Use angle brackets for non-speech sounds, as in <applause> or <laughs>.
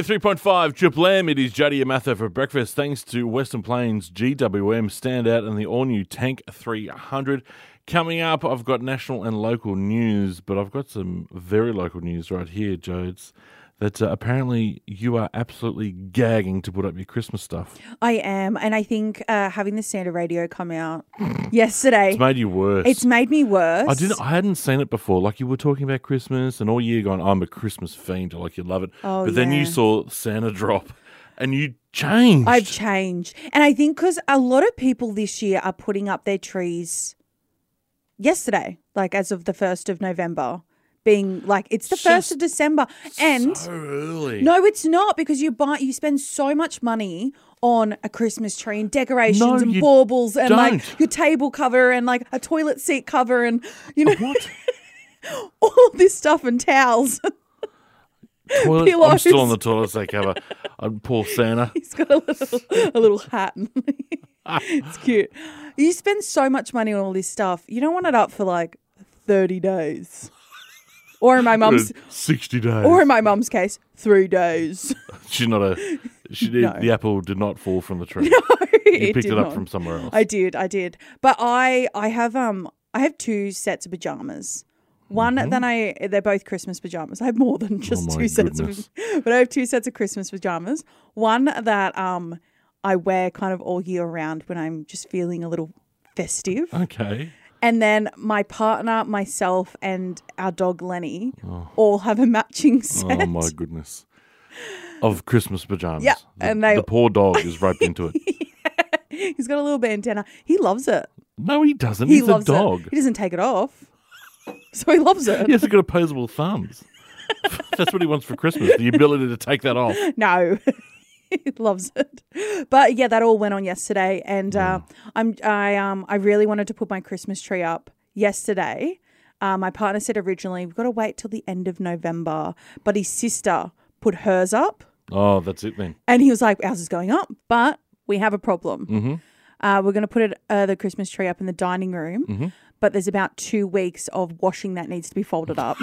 93.5 Triple M, it is Jody Amatha for breakfast. Thanks to Western Plains GWM standout and the all new Tank 300. Coming up, I've got national and local news, but I've got some very local news right here, Jodes, that uh, apparently you are absolutely gagging to put up your Christmas stuff. I am, and I think uh, having the Santa radio come out yesterday, It's made you worse. it's made me worse. I didn't. I hadn't seen it before. Like you were talking about Christmas, and all year gone, I'm a Christmas fiend. Like you love it, Oh, but then you yeah. saw Santa drop, and you changed. I've changed, and I think because a lot of people this year are putting up their trees yesterday, like as of the first of November, being like it's the first of December, and so early. no, it's not because you buy you spend so much money. On a Christmas tree and decorations No, and you baubles and don't. like your table cover and like a toilet seat cover and you know what? <laughs> all this stuff and towels. <laughs> Toilet, I'm Pillows. still on the toilet seat cover. I'm poor <laughs> Santa. He's got a little <laughs> a little hat. <laughs> and- it's cute. You spend so much money on all this stuff. You don't want it up for like thirty days, <laughs> or in my mum's, Sixty days. or in my mum's case, three days. <laughs> She's not a. She did, No. The apple did not fall from the tree. you picked it up from somewhere else. I did, I did. But I, I have um, I have two sets of pajamas. One that I, they're both Christmas pajamas. I have more than <laughs> just Mm-hmm. Oh my two sets goodness. of, <laughs> but I have two sets of Christmas pajamas. One that um, I wear kind of all year round when I'm just feeling a little festive. Uh. <laughs> okay. And then my partner, myself, and our dog Lenny all have a matching set. Oh my goodness. Of Christmas pajamas. Yeah, The- and they- the poor dog is roped into <laughs> it. <laughs> He's got a little bandana. He loves it. No, he doesn't. He He's loves a dog. it. He doesn't take it off, <laughs> so he loves it. He hasn't got opposable thumbs. <laughs> That's what he wants for Christmas the ability to take that <laughs> off. No. he loves it. But yeah, that all went on yesterday and uh, I'm I um I really wanted to put my Christmas tree up yesterday. Uh, my partner said originally we've got to wait till the end of November, but his sister put hers up Oh, that's it then. and he was like ours is going up, but we have a problem. Uh, we're going to put it, uh, the Christmas tree up in the dining room, but there's about two weeks of washing that needs to be folded up.